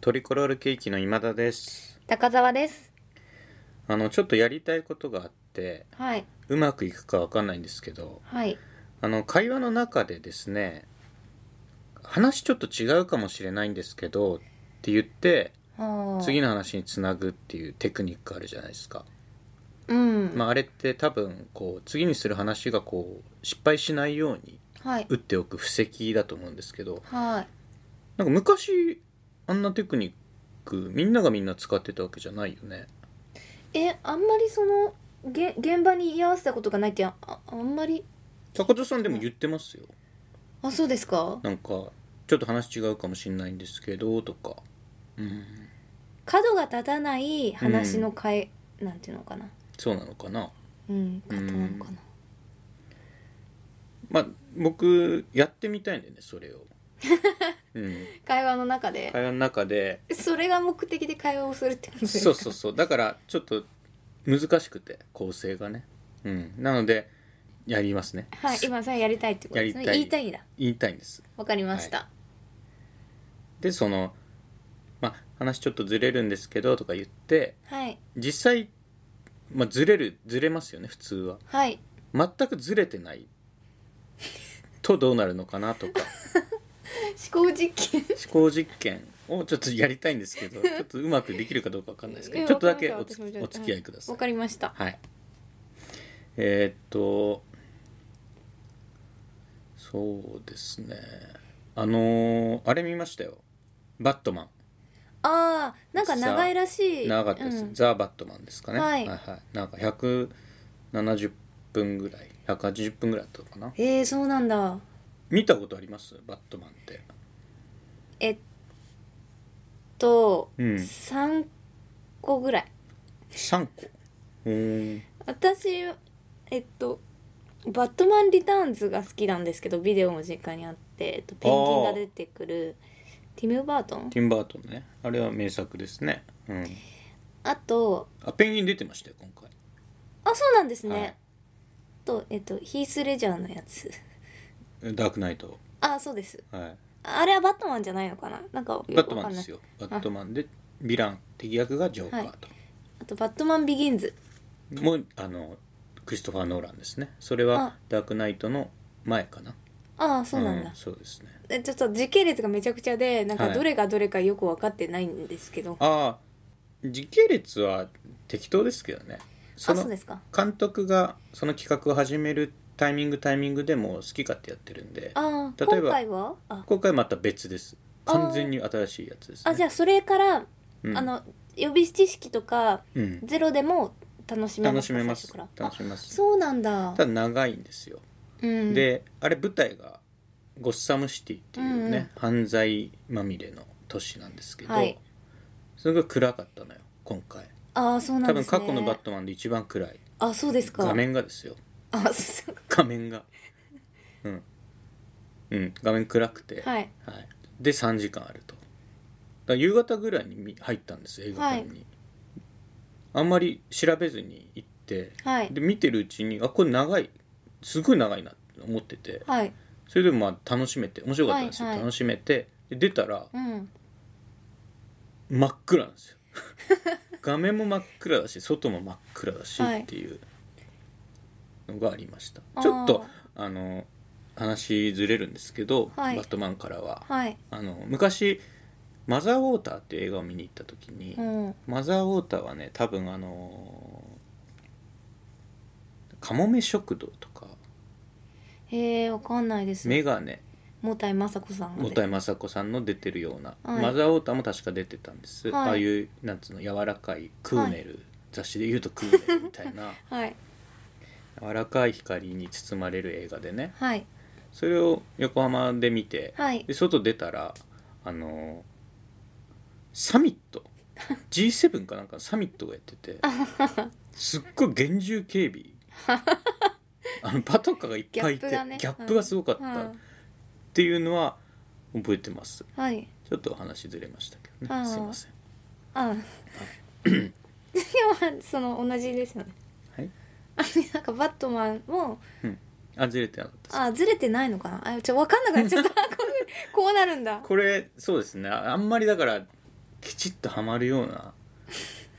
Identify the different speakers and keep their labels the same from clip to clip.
Speaker 1: トリコロールケーキの今田です
Speaker 2: 高澤です。
Speaker 1: あのちょっとやりたいことがあって
Speaker 2: はい。
Speaker 1: うまくいくかわかんないんですけど
Speaker 2: はい。
Speaker 1: あの会話の中でですね話ちょっと違うかもしれないんですけどって言って
Speaker 2: はあ
Speaker 1: 次の話につなぐっていうテクニックあるじゃないですか、
Speaker 2: うん。
Speaker 1: まあ、あれって多分こう次にする話がこう失敗しないように
Speaker 2: はい。
Speaker 1: 打っておく布石だと思うんですけど
Speaker 2: はい。
Speaker 1: なんか昔あんなテクニックみんながみんな使ってたわけじゃないよね
Speaker 2: え、あんまりその、げ、現場に居合わせたことがないって、あ、ああんまり。
Speaker 1: 高田さんでも言ってますよ
Speaker 2: あ、そうですか。
Speaker 1: なんかちょっと話違うかもしれないんですけどとか、うん、
Speaker 2: 角が立たない話のかえ、なんていうのかな。
Speaker 1: そうなのかな
Speaker 2: うん、方なのかな。
Speaker 1: まあ僕やってみたいんだよねそれ を、うん、
Speaker 2: 会話の中で。
Speaker 1: 会話の中 で
Speaker 2: それが目的で会話をするってことですか。
Speaker 1: そうそうそうだからちょっと難しくて構成がね、うん、なのでやりますね
Speaker 2: はい、今さ、やりたいってことですね。
Speaker 1: や
Speaker 2: 言
Speaker 1: り
Speaker 2: いた
Speaker 1: たい
Speaker 2: いんだ。
Speaker 1: 言いたいんです
Speaker 2: わかりました。
Speaker 1: でそのまあ話ちょっとずれるんですけどとか言って
Speaker 2: はい。
Speaker 1: 実際、まあ、ずれるずれますよね普通は
Speaker 2: はい。
Speaker 1: 全くずれてないとどうなるのかなと か
Speaker 2: 思考実験。
Speaker 1: 思考実験をちょっとやりたいんです けどちょっとうまくできるかどうかわかんないですけ
Speaker 2: い
Speaker 1: ど
Speaker 2: や
Speaker 1: ちょっとだけお
Speaker 2: わか
Speaker 1: つ
Speaker 2: りました
Speaker 1: お付き合いください
Speaker 2: わ。かりました。
Speaker 1: はい、えーっとそうですねあのーあれ見ましたよ「バットマン
Speaker 2: ああ、なんか長いらし」い。
Speaker 1: 長かったです、
Speaker 2: うん
Speaker 1: ザ・バットマン」ですかね、
Speaker 2: はい
Speaker 1: はいなんか170分ぐらい180分ぐらいだったのかな
Speaker 2: えー、そうなんだ
Speaker 1: 見たことありますバットマンって
Speaker 2: えっと、
Speaker 1: うん
Speaker 2: 3個ぐらい
Speaker 1: 3個うーん
Speaker 2: 私えっと「バットマン・リターンズ」が好きなんですけどビデオも実家にあって、えっと、ペンギンが出てくるティム・バートン
Speaker 1: ティンバートンねあれは名作ですねうん
Speaker 2: あと
Speaker 1: あペンギン出てましたよ今回
Speaker 2: あそうなんですね、
Speaker 1: はい
Speaker 2: とえっとヒース・レジャーのやつ
Speaker 1: ダークナイト
Speaker 2: あそうです
Speaker 1: は
Speaker 2: あれはバットマンじゃないのかななんかよ
Speaker 1: い
Speaker 2: く
Speaker 1: バ
Speaker 2: わ
Speaker 1: ット
Speaker 2: かんない
Speaker 1: マンですよバットマンでヴィラン敵役がジョーカーと、
Speaker 2: あと「バットマン・ビギンズ
Speaker 1: もうあのクリストファー・ノーランですねそれは
Speaker 2: あ
Speaker 1: ダークナイトの前かな」
Speaker 2: ああそうなんだ、
Speaker 1: そうですね
Speaker 2: えちょっと時系列がめちゃくちゃでなんか
Speaker 1: はい
Speaker 2: どれがどれかよく分かってないんですけど、
Speaker 1: ああ時系列は適当ですけどねそ
Speaker 2: あ
Speaker 1: の
Speaker 2: そうですか
Speaker 1: 監督がその企画を始めるタイミングタイミングでもう好き勝手やってるんで
Speaker 2: ああ
Speaker 1: 例えば
Speaker 2: 今回はあ
Speaker 1: 今回また別です
Speaker 2: あー
Speaker 1: 完全に新しいやつです、ね、
Speaker 2: あじゃあそれから、
Speaker 1: うん
Speaker 2: あの予備知識とか
Speaker 1: うん、
Speaker 2: ゼロでも楽しめま
Speaker 1: 楽
Speaker 2: す
Speaker 1: し
Speaker 2: か
Speaker 1: めます
Speaker 2: 最初から
Speaker 1: 楽しめます
Speaker 2: そうなんだ
Speaker 1: ただ長いんですよ、
Speaker 2: うん、
Speaker 1: であれ舞台がゴッサムシティっていうね、犯罪まみれの都市なんですけど、
Speaker 2: はい
Speaker 1: すごい暗かったのよ今回
Speaker 2: ああそうな
Speaker 1: 多
Speaker 2: んで
Speaker 1: 分
Speaker 2: すね
Speaker 1: 過去の「バットマン」で一番暗い
Speaker 2: あそうですか
Speaker 1: 画面がですよ
Speaker 2: あそう
Speaker 1: 画面がうん、うん、画面暗くて、
Speaker 2: はい
Speaker 1: はい、で3時間あるとだから夕方ぐらいに見入ったんです映画館に、あんまり調べずに行って、
Speaker 2: はい
Speaker 1: で見てるうちにあこれ長いすごい長いなって思ってて
Speaker 2: はい
Speaker 1: それでもまあ楽しめて面白かったんですよ、
Speaker 2: はいはい
Speaker 1: 楽しめてで出たら
Speaker 2: うん
Speaker 1: 真っ暗なん ですよ画面も真っ暗だし外も真っ暗だし
Speaker 2: はい
Speaker 1: っていうのがありました、
Speaker 2: あー
Speaker 1: ちょっとあの話ずれるんですけど、
Speaker 2: はい
Speaker 1: バットマンからは
Speaker 2: はい
Speaker 1: あの昔「マザーウォーター」っていう映画を見に行った時に、
Speaker 2: うん
Speaker 1: マザーウォーターはね多分あのーカモメ食堂」とか
Speaker 2: へえわかんないで
Speaker 1: 「
Speaker 2: す
Speaker 1: メガネ
Speaker 2: もたいまさこさんが
Speaker 1: 五体雅子さんの出てるような、
Speaker 2: はい
Speaker 1: マザーウォーターも確か出てたんです、
Speaker 2: はい
Speaker 1: ああいうなんつうの柔らかいクーネル、雑誌で言うとクーネルみたい な
Speaker 2: はい
Speaker 1: 柔らかい光に包まれる映画でね
Speaker 2: はい
Speaker 1: それを横浜で見て、
Speaker 2: はい
Speaker 1: で外出たらあのーサミット G7 かなんかのサミットがやっててすっごい厳重警 備あのパトカーがいっぱいいて
Speaker 2: ギャップがね
Speaker 1: ギャップがすごかった
Speaker 2: は
Speaker 1: っていうのは覚えてます
Speaker 2: いはい
Speaker 1: ちょっとお話ずれましたけど
Speaker 2: あ
Speaker 1: ね。
Speaker 2: ー
Speaker 1: すいません。
Speaker 2: ああでもその同じですよね
Speaker 1: はい。
Speaker 2: あなんかバットマンも
Speaker 1: うん。あ、ずれてなかったです
Speaker 2: あずれてないのか なあちょわかんなくなっちゃった こうこうなるんだ
Speaker 1: これ、そうですね。ああんまりだから、きちっとはまるような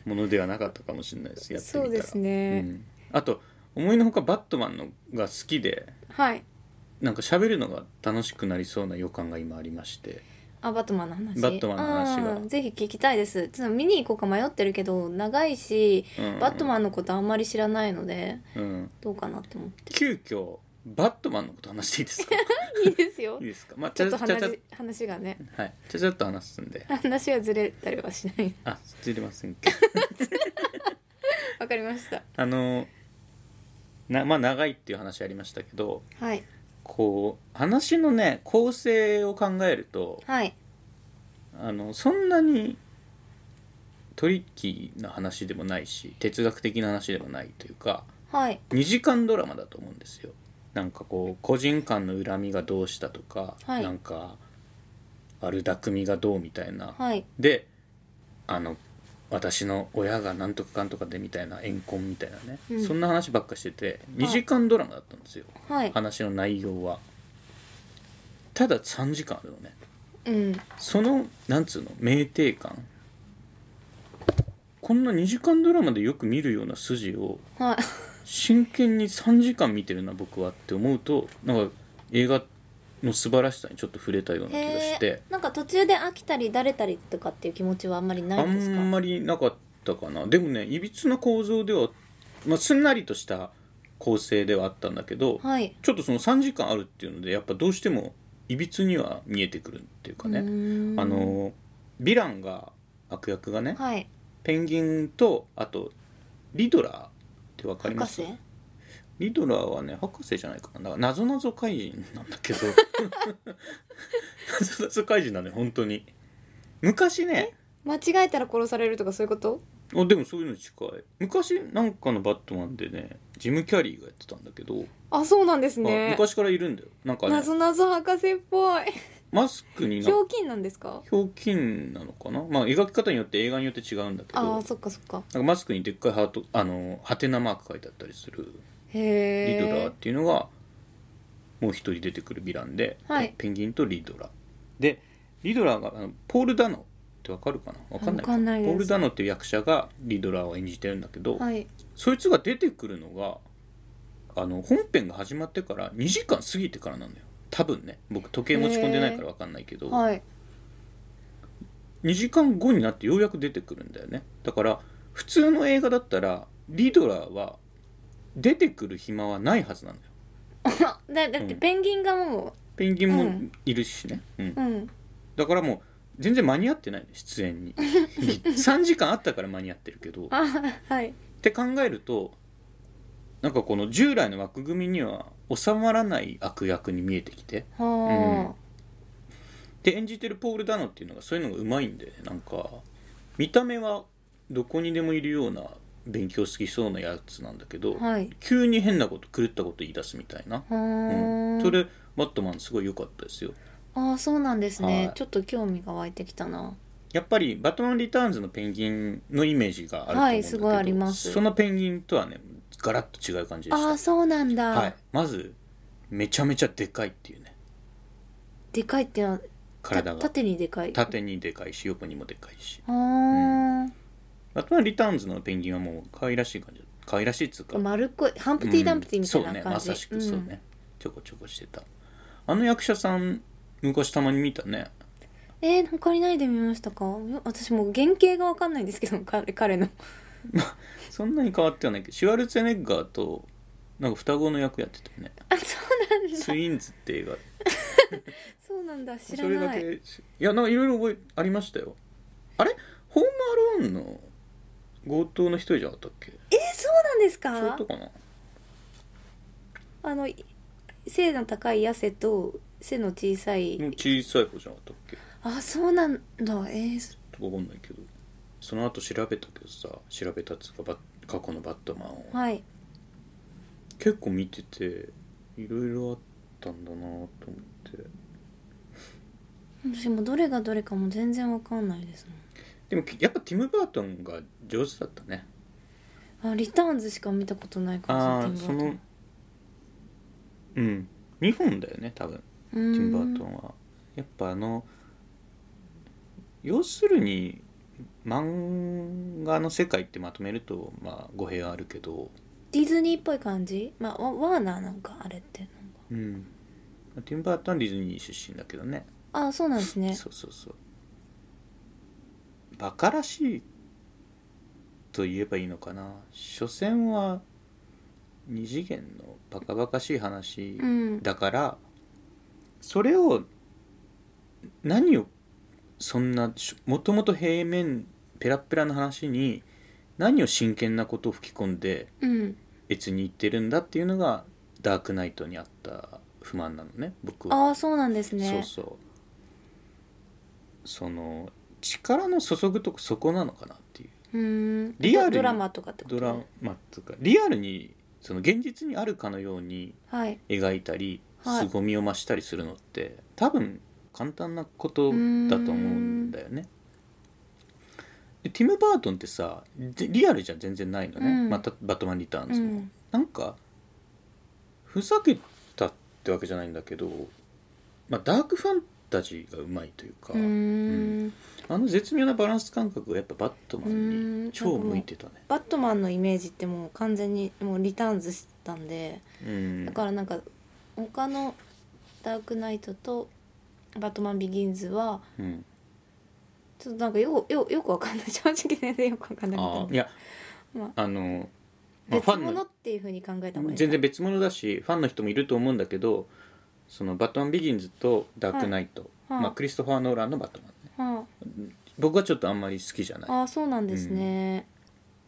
Speaker 1: ものではなかったかもしれないですやってみた
Speaker 2: そ
Speaker 1: ら
Speaker 2: うです
Speaker 1: う
Speaker 2: ね、
Speaker 1: ん、あと思いのほかバットマンのが好きで
Speaker 2: はい
Speaker 1: なんか喋るのが楽しくなりそうな予感が今ありまして
Speaker 2: あバットマンの話
Speaker 1: バットマンの話が
Speaker 2: あーぜひ聞きたいですちょっと見に行こうか迷ってるけど長いし
Speaker 1: うん
Speaker 2: バットマンのことあんまり知らないので
Speaker 1: うん、
Speaker 2: どうかなって 思って
Speaker 1: 急遽バットマンのこと話していいです か
Speaker 2: いいですよ
Speaker 1: いいですかまあ
Speaker 2: ち
Speaker 1: ち
Speaker 2: ょっ
Speaker 1: ゃち
Speaker 2: と
Speaker 1: ゃちゃちゃ
Speaker 2: 話話がね
Speaker 1: はいちゃちゃっと話すんで
Speaker 2: 話がずれたりはしない
Speaker 1: あ知りませんけど
Speaker 2: わかりました
Speaker 1: あのなまあ長いっていう話ありましたけど
Speaker 2: はい
Speaker 1: こう話のね構成を考えると
Speaker 2: はい
Speaker 1: あのそんなにトリッキーな話でもないし哲学的な話でもないというか
Speaker 2: はい
Speaker 1: 2時間ドラマだと思うんですよなんかこう個人間の恨みがどうしたとか、
Speaker 2: はい
Speaker 1: なんか悪巧みがどうみたいな、
Speaker 2: はい
Speaker 1: であの私の親がなんとかかんとかでみたいな怨恨みたいなね、
Speaker 2: うん
Speaker 1: そんな話ばっかしてて
Speaker 2: は
Speaker 1: 2
Speaker 2: い
Speaker 1: 時間ドラマだったんですよ、
Speaker 2: はい
Speaker 1: 話の内容はただ3時間あるのね
Speaker 2: うん
Speaker 1: そのなんつうの酩酊感こんな2時間ドラマでよく見るような筋を
Speaker 2: はい
Speaker 1: 真剣に3時間見てるな僕はって思うとなんか映画の素晴らしさにちょっと触れたような気がして
Speaker 2: へーなんか途中で飽きたりだれたりとかっていう気持ちはあんまりな
Speaker 1: あ
Speaker 2: いんですか
Speaker 1: んまりなかったかなでもねいびつな構造では、まあ、すんなりとした構成ではあったんだけど、
Speaker 2: はい
Speaker 1: ちょっとその3時間あるっていうのでやっぱどうしてもいびつには見えてくるっていうかね、
Speaker 2: うーん
Speaker 1: あのヴィランが悪役がね、
Speaker 2: はい
Speaker 1: ペンギンとあとリドラーってわかり
Speaker 2: 博
Speaker 1: ます
Speaker 2: 士
Speaker 1: リドラーはね博士じゃないかなだから謎謎怪人なんだけ ど謎謎怪人なんだよ本当に昔ね
Speaker 2: 間違えたら殺されるとかそういうこと
Speaker 1: おでもそういうの近い昔なんかのバットマンでねジム・キャリーがやってたんだけど、
Speaker 2: あそうなんです
Speaker 1: あ
Speaker 2: ね
Speaker 1: 昔からいるんだよなんかね
Speaker 2: なぞなぞ博士っぽい
Speaker 1: マスクに
Speaker 2: ひ
Speaker 1: な
Speaker 2: ょうきんなんですか
Speaker 1: ひょうきんなのかなまあ描き方によって映画によって違うんだけど
Speaker 2: あ
Speaker 1: なん
Speaker 2: ー
Speaker 1: か
Speaker 2: そっかそっか
Speaker 1: マスクにでっかいハートあのハテナマーク書いてあったりするリドラー
Speaker 2: へ
Speaker 1: っ
Speaker 2: え
Speaker 1: ていうのがもう一人出てくるヴィランで、
Speaker 2: はい
Speaker 1: ペンギンとリドラーでリドラーがあのポール・ダノってわかるかなわかんない
Speaker 2: わかんないです
Speaker 1: ポール・ダノっていう役者がリドラーを演じてるんだけど、
Speaker 2: はい
Speaker 1: そいつが出てくるのがあの本編が始まってから2時間過ぎてからなんだよ多分ね僕時計持ち込んでないからわかんないけど、
Speaker 2: はい
Speaker 1: 2時間後になってようやく出てくるんだよねだから普通の映画だったらリドラーは出てくる暇はないはずなんだよ
Speaker 2: あだだって
Speaker 1: うん
Speaker 2: ペンギンがも
Speaker 1: ペンギン
Speaker 2: う
Speaker 1: も
Speaker 2: ん
Speaker 1: いるしね、うん
Speaker 2: ううん
Speaker 1: だからもう全然間に合ってないの出演 に3時間あったから間に合ってるけどっ
Speaker 2: あはい
Speaker 1: て考えるとなんかこの従来の枠組みには収まらない悪役に見えてきて
Speaker 2: は
Speaker 1: で演じてるポール・ダノっていうのがそういうのがうまいんでなんか見た目はどこにでもいるような勉強好きそうなやつなんだけど、
Speaker 2: あはい
Speaker 1: 急に変なこと狂ったこと言い出すみたいな、
Speaker 2: はあ、
Speaker 1: うん、それバットマンすごい良かったですよ
Speaker 2: ああそうなんですね、
Speaker 1: はい
Speaker 2: ちょっと興味が湧いてきたな
Speaker 1: やっぱり「バットマン・リターンズ」のペンギンのイメージがあると思うんだけど、
Speaker 2: はいすごいあります
Speaker 1: そのペンギンとはねガラッと違う感じで
Speaker 2: ああ
Speaker 1: し
Speaker 2: そうなんだ、
Speaker 1: た、はい、まずめちゃめちゃでかいっていうね
Speaker 2: でかいってのは
Speaker 1: 体
Speaker 2: た
Speaker 1: が
Speaker 2: 縦にでかいあ
Speaker 1: 縦にでかいし横にもでかいし
Speaker 2: あー、
Speaker 1: バットマン・リターンズのペンギンはもう可愛らしい感じ可愛らしいっつうか
Speaker 2: 丸っこいハンプティ・ダンプティみたい
Speaker 1: うん
Speaker 2: な感じ、
Speaker 1: そうねまさしくそうね、ちょこちょこしてたあの役者さん昔たまに見たね
Speaker 2: うんえー、他にないで見ましたかよ私もう原型がわかんないんですけど彼彼の
Speaker 1: そんなに変わってはないけどシュワルツェネッガーとなんか双子の役やってたよ ね
Speaker 2: あそうなんだ
Speaker 1: スインズって映画
Speaker 2: そうなんだ知ら
Speaker 1: それだ
Speaker 2: ない
Speaker 1: けしいやなんかいろいろ覚えありましたよあれホームアローンの強盗の一人じゃなかったっけ
Speaker 2: えー、そうなんです
Speaker 1: そういう
Speaker 2: か
Speaker 1: とかな
Speaker 2: あのい背の高い痩せと背の小さい、
Speaker 1: の小さい子じゃなかったっけ
Speaker 2: あそうなんだえー、そ
Speaker 1: ちょっとわかんないけどその後調べたけどさ調べたっつうかバッ過去のバットマンを
Speaker 2: はい
Speaker 1: 結構見てていろいろあったんだなと思って
Speaker 2: 私もどれがどれかも全然わかんないです
Speaker 1: でもやっぱティム・バートンが上手だったね
Speaker 2: もんあリターンズしか見たことないから
Speaker 1: ああそのうん2本だよね多分
Speaker 2: テ
Speaker 1: ティ
Speaker 2: ィ
Speaker 1: ム・バートンはやっぱあの要するに漫画の世界ってまとめると、まあ、語弊はあるけど、
Speaker 2: ディズニーっぽい感じまあワワーナーなんかあれってなんか
Speaker 1: うん、ティンバートンはディズニー出身だけどね
Speaker 2: ああそうなんですね
Speaker 1: そうそうそうバカらしいと言えばいいのかな所詮は二次元のバカバカしい話
Speaker 2: うん
Speaker 1: だから、それを何をそんなしもともと平面ペラペラな話に何を真剣なことを吹き込んで
Speaker 2: うん
Speaker 1: 別に言ってるんだっていうのがダークナイトにあった不満なのね僕は。
Speaker 2: ああそうなんですね
Speaker 1: そうそうその力の注ぐとこそこなのかなっていう
Speaker 2: うーん
Speaker 1: リアルに
Speaker 2: ドラマとかってこと
Speaker 1: ドラマとかリアルにその現実にあるかのように
Speaker 2: はい
Speaker 1: 描いたり
Speaker 2: はい
Speaker 1: 凄みを増したりするのって、多分簡単なことだと思うんだよね。でティム・バートンってさぜリアルじゃ全然ないのね、
Speaker 2: うん
Speaker 1: また「バットマン・リターン
Speaker 2: う
Speaker 1: ズも」
Speaker 2: ん
Speaker 1: なんかふざけたってわけじゃないんだけど、まあ、ダークファンタジーがうまいというか、
Speaker 2: うーん
Speaker 1: あの絶妙なバランス感覚がやっぱバットマン
Speaker 2: うん
Speaker 1: に超向いてたね。
Speaker 2: バットマンのイメージってもう完全にもうリターンズしたんで
Speaker 1: うん
Speaker 2: だからなんか他のダークナイトとバットマンビギンズは
Speaker 1: うん
Speaker 2: ちょっとなんかよよよくわかんない 正直全然よくわかんなか
Speaker 1: あ
Speaker 2: っ
Speaker 1: ーいや、
Speaker 2: ま
Speaker 1: あの、
Speaker 2: た
Speaker 1: まあ、ファ
Speaker 2: 別
Speaker 1: ン
Speaker 2: 物
Speaker 1: の
Speaker 2: っていうふうに考えた方がいい
Speaker 1: 全然別物だしファンの人もいると思うんだけどそのバットマン・ビギンズとダークナイト、
Speaker 2: はい
Speaker 1: まあ、クリストファー・ノーランのバットマンね
Speaker 2: は
Speaker 1: 僕はちょっとあんまり好きじゃない。
Speaker 2: ああそうなんですね、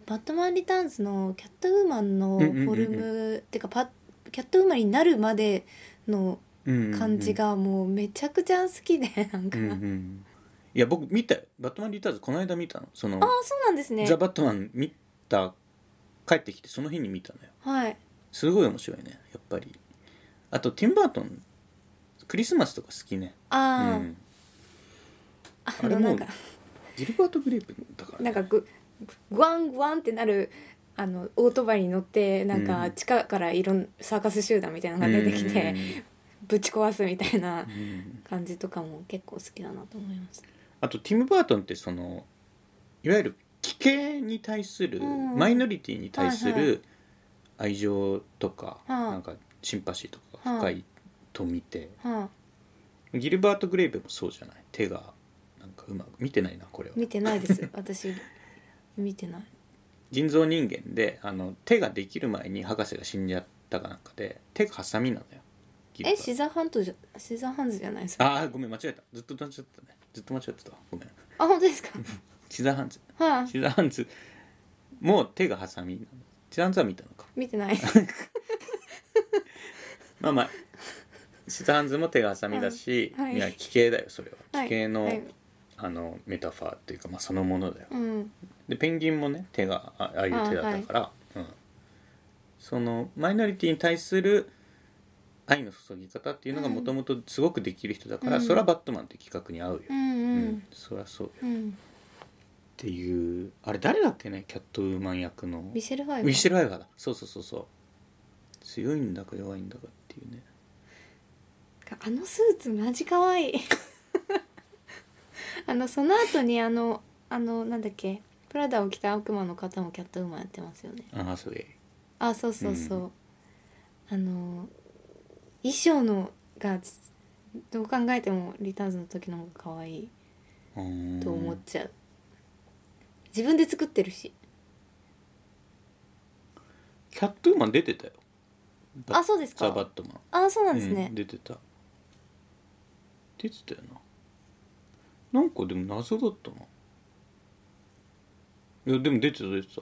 Speaker 2: バットマン・リターンズのキャットウーマンのフォルム、
Speaker 1: うんう
Speaker 2: てかパキャットウーマンになるまでの感
Speaker 1: 感
Speaker 2: じがもうめちゃくちゃ好きで なんか、
Speaker 1: うんう
Speaker 2: あ
Speaker 1: ん、いや僕見たよ「バットマン・リターンズ」この間見たのその
Speaker 2: あそうなんで
Speaker 1: 「
Speaker 2: すね
Speaker 1: ザ・バットマン」見た帰ってきてその日に見たのよ
Speaker 2: はい
Speaker 1: すごい面白いねやっぱりあとティンバートンクリスマスとか好きねう
Speaker 2: ああ、
Speaker 1: ん
Speaker 2: あ
Speaker 1: あ
Speaker 2: の
Speaker 1: れも
Speaker 2: な
Speaker 1: うん
Speaker 2: か
Speaker 1: ギルバート・グレープだから
Speaker 2: なんかググワングワンってなるあのオートバイに乗ってなん
Speaker 1: う
Speaker 2: か
Speaker 1: ん
Speaker 2: 地下からいろんサーカス集団みたいなのが出てきて、ぶち壊すみたいな
Speaker 1: うんうん
Speaker 2: 感じとかも結構好きだなと思います。
Speaker 1: あとティム・バートンってそのいわゆる奇形に対する、
Speaker 2: うんうん
Speaker 1: マイノリティに対す
Speaker 2: はいは
Speaker 1: る愛情とか、
Speaker 2: はあ
Speaker 1: なんかシンパシーとかが深いと見て、
Speaker 2: はあ、
Speaker 1: ギルバート・グレイブもそうじゃない手がなんかうまく見てないなこれは
Speaker 2: 見てな いです。私見てない。
Speaker 1: 人造人間であの手ができる前に博士が死んじゃったかなんかで手がハサミなのよギルバ
Speaker 2: え
Speaker 1: ー
Speaker 2: シザーハントじゃシザーハンズじゃないですか。
Speaker 1: ああごめん間違えたずっと間違ってたねずっと間違ってたわごめん
Speaker 2: あ本当ですか。
Speaker 1: シザーハンズ
Speaker 2: はい、
Speaker 1: シザーハンズもう手がハサミなのシザーハンズは見たのか
Speaker 2: 見てない。
Speaker 1: まあまあシザーハンズも手がハサミだし、
Speaker 2: はいはい
Speaker 1: いや奇形だよそれは
Speaker 2: はい
Speaker 1: 奇形の、
Speaker 2: はい
Speaker 1: あのメタファーっていうか、まあ、そのものだよ
Speaker 2: うん
Speaker 1: でペンギンもね手があああいう手だったから、うん、そのマイノリティに対する愛の注ぎ方っていうのが
Speaker 2: うん
Speaker 1: もともとすごくできる人だから、
Speaker 2: うん
Speaker 1: そらバットマンって企画に合うよ、
Speaker 2: う
Speaker 1: うんそりゃそうよ
Speaker 2: うんうん。
Speaker 1: っていうあれ誰だっけねキャットウーマン役の
Speaker 2: ミシェルファイ
Speaker 1: ウィシェル・アイガーだそうそうそうそう強いんだか弱いんだかっていうね
Speaker 2: あのスーツマジ可愛い あのその後にあのあのなんだっけプラダを着た悪魔の方もキャットウーマンやってますよね
Speaker 1: ああそうえ
Speaker 2: あそうそうそう、あの衣装のがどう考えてもリターンズの時の方が可愛いと思っちゃう、自分で作ってるし
Speaker 1: キャットウーマン出てたよ
Speaker 2: あそうですか
Speaker 1: ザ・バットマン
Speaker 2: あそうなんです
Speaker 1: う
Speaker 2: ね
Speaker 1: ん、、出てた出てたよななんかでも謎だったないやでも出てた出てた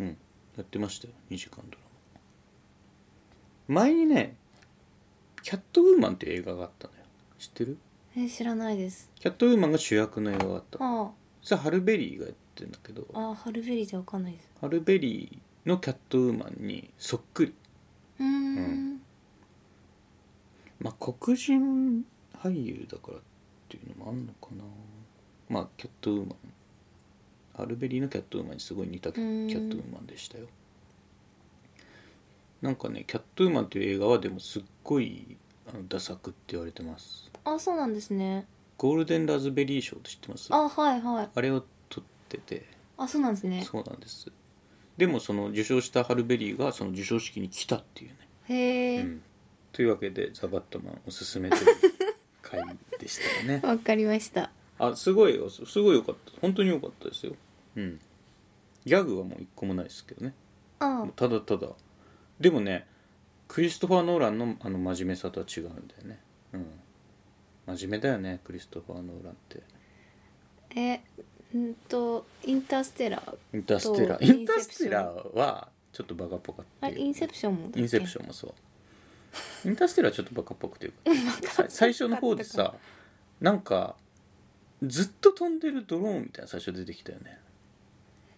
Speaker 1: うんやってましたよ2時間ドラマ前にね「キャットウーマン」っていう映画があったのよ知ってる
Speaker 2: え知らないです
Speaker 1: キャットウーマンが主役の映画があった
Speaker 2: あ
Speaker 1: それハルベリーがやってんだけど
Speaker 2: ああハルベリーじゃわかんないです
Speaker 1: ハルベリーのキャットウーマンにそっくり
Speaker 2: うーん
Speaker 1: うんまあ黒人俳優だからっていうのもあんのかなまあキャットウーマンアルベリーのキャットウーマンにすごい似たキ
Speaker 2: うん
Speaker 1: ャキャットウーマンでしたよなんかね「キャットウーマン」っていう映画はでもすっごいあのダ作って言われてます
Speaker 2: あそうなんですね
Speaker 1: ゴールデンラズベリー賞って知ってますあ
Speaker 2: あはいはい
Speaker 1: れを取ってて
Speaker 2: あそうなんですね
Speaker 1: そうなんですでもその受賞したハルベリーがその授賞式に来たっていうね、
Speaker 2: へ
Speaker 1: う
Speaker 2: え
Speaker 1: ん、というわけで「ザ・バットマン」おすすめという回でしたよね
Speaker 2: わ、かりました
Speaker 1: あすごいよすすごいよかった本当によかったですようんギャグはもう一個もないですけどね
Speaker 2: あ
Speaker 1: ただただでもねクリストファー・ノーランのあの真面目さとは違うんだよねうん真面目だよねクリストファー・ノーランって
Speaker 2: えうんとインターステラー
Speaker 1: インターステラ
Speaker 2: と
Speaker 1: ーインターステラーはちょっとバカっぽかった
Speaker 2: あれインセプションもだっけ
Speaker 1: インセプションもそうインターステラーはちょっとバカっぽくていうかさ最初の方でさなんかずっと飛んでるドローンみたいな最初出てきたよね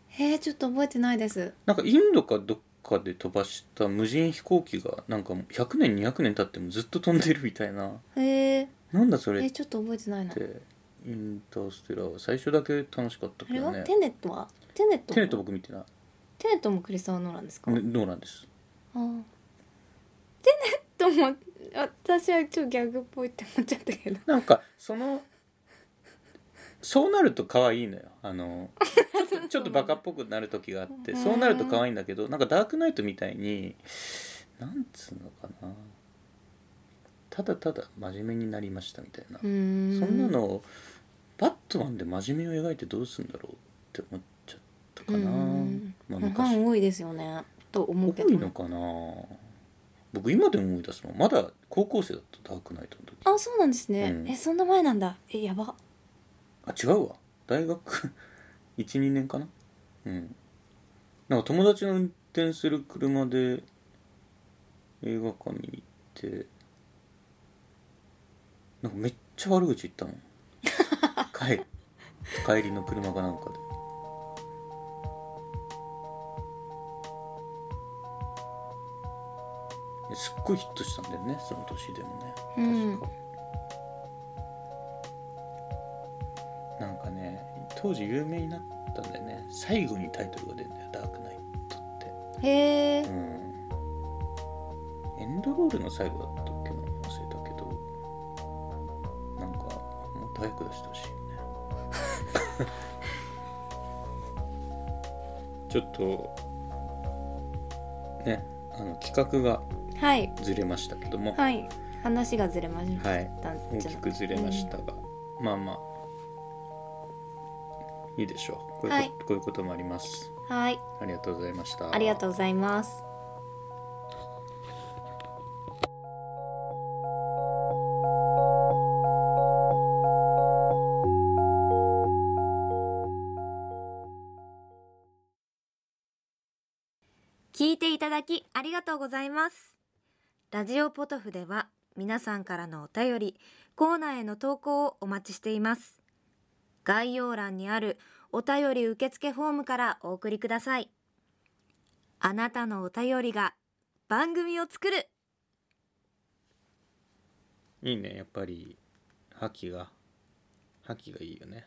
Speaker 2: へえちょっと覚えてないです
Speaker 1: なんかインドかどっかで飛ばした無人飛行機がなんかもう100年200年経ってもずっと飛んでるみたいな
Speaker 2: へえ
Speaker 1: なんだそれ
Speaker 2: え
Speaker 1: っ
Speaker 2: ちょっと覚えてないな
Speaker 1: てインターステラーは最初だけ楽しかった
Speaker 2: あ
Speaker 1: け
Speaker 2: れ
Speaker 1: ど
Speaker 2: は
Speaker 1: ね
Speaker 2: テネットはテネットも
Speaker 1: テネット僕見てない
Speaker 2: テネットもクリスタル・ノーランですか、
Speaker 1: ねノーランです
Speaker 2: ああテネットも私はちょっとギャグっぽいって思っちゃったけど
Speaker 1: なんかそのそうなると可愛いのよあのちょっ とちょっとバカっぽくなる時があってそうなると可愛いんだけどなんかダークナイトみたいになんつうのかなただただ真面目になりましたみたいな
Speaker 2: うーん
Speaker 1: そんなのをバットマンで真面目を描いてどうするんだろうって思っちゃったかな
Speaker 2: うん
Speaker 1: まあ
Speaker 2: ファ
Speaker 1: 昔
Speaker 2: ン多いですよねと思うけ
Speaker 1: 多
Speaker 2: ど
Speaker 1: いのかな僕今でも思い出すもんまだ高校生だったダークナイトの時
Speaker 2: あそうなんですね、
Speaker 1: うん
Speaker 2: えそんな前なんだえやば
Speaker 1: あ違うわ大学 12年かなうんなんか友達の運転する車で映画館に行ってなんかめっちゃ悪口言った もん帰帰りの車かなんかでえすっごいヒットしたんだよねその年でもね
Speaker 2: うん
Speaker 1: 確か、なんかね当時有名になったんだよね最後にタイトルが出るんだよ「ダークナイト」って
Speaker 2: へえ
Speaker 1: うんエンドロールの最後だったっけな忘れたけどなんかもっと早く出して ほしいよねちょっとねあの企画が
Speaker 2: はい
Speaker 1: ずれましたけども、
Speaker 2: はい話がずれました
Speaker 1: はい
Speaker 2: ん
Speaker 1: 大
Speaker 2: じゃ
Speaker 1: き
Speaker 2: な
Speaker 1: くずれましたが、まあまあいいでしょうこういうこ,、
Speaker 2: はい
Speaker 1: こういうこともあります
Speaker 2: うんはい
Speaker 1: ありがとうございました
Speaker 2: ありがとうございます
Speaker 3: 聞いていただきありがとうございます。ラジオポトフでは皆さんからのお便り、コーナーへの投稿をお待ちしています。概要欄にあるお便り受付フォームからお送りください。あなたのお便りが番組を作る
Speaker 1: いいねやっぱり覇気が覇気がいいよね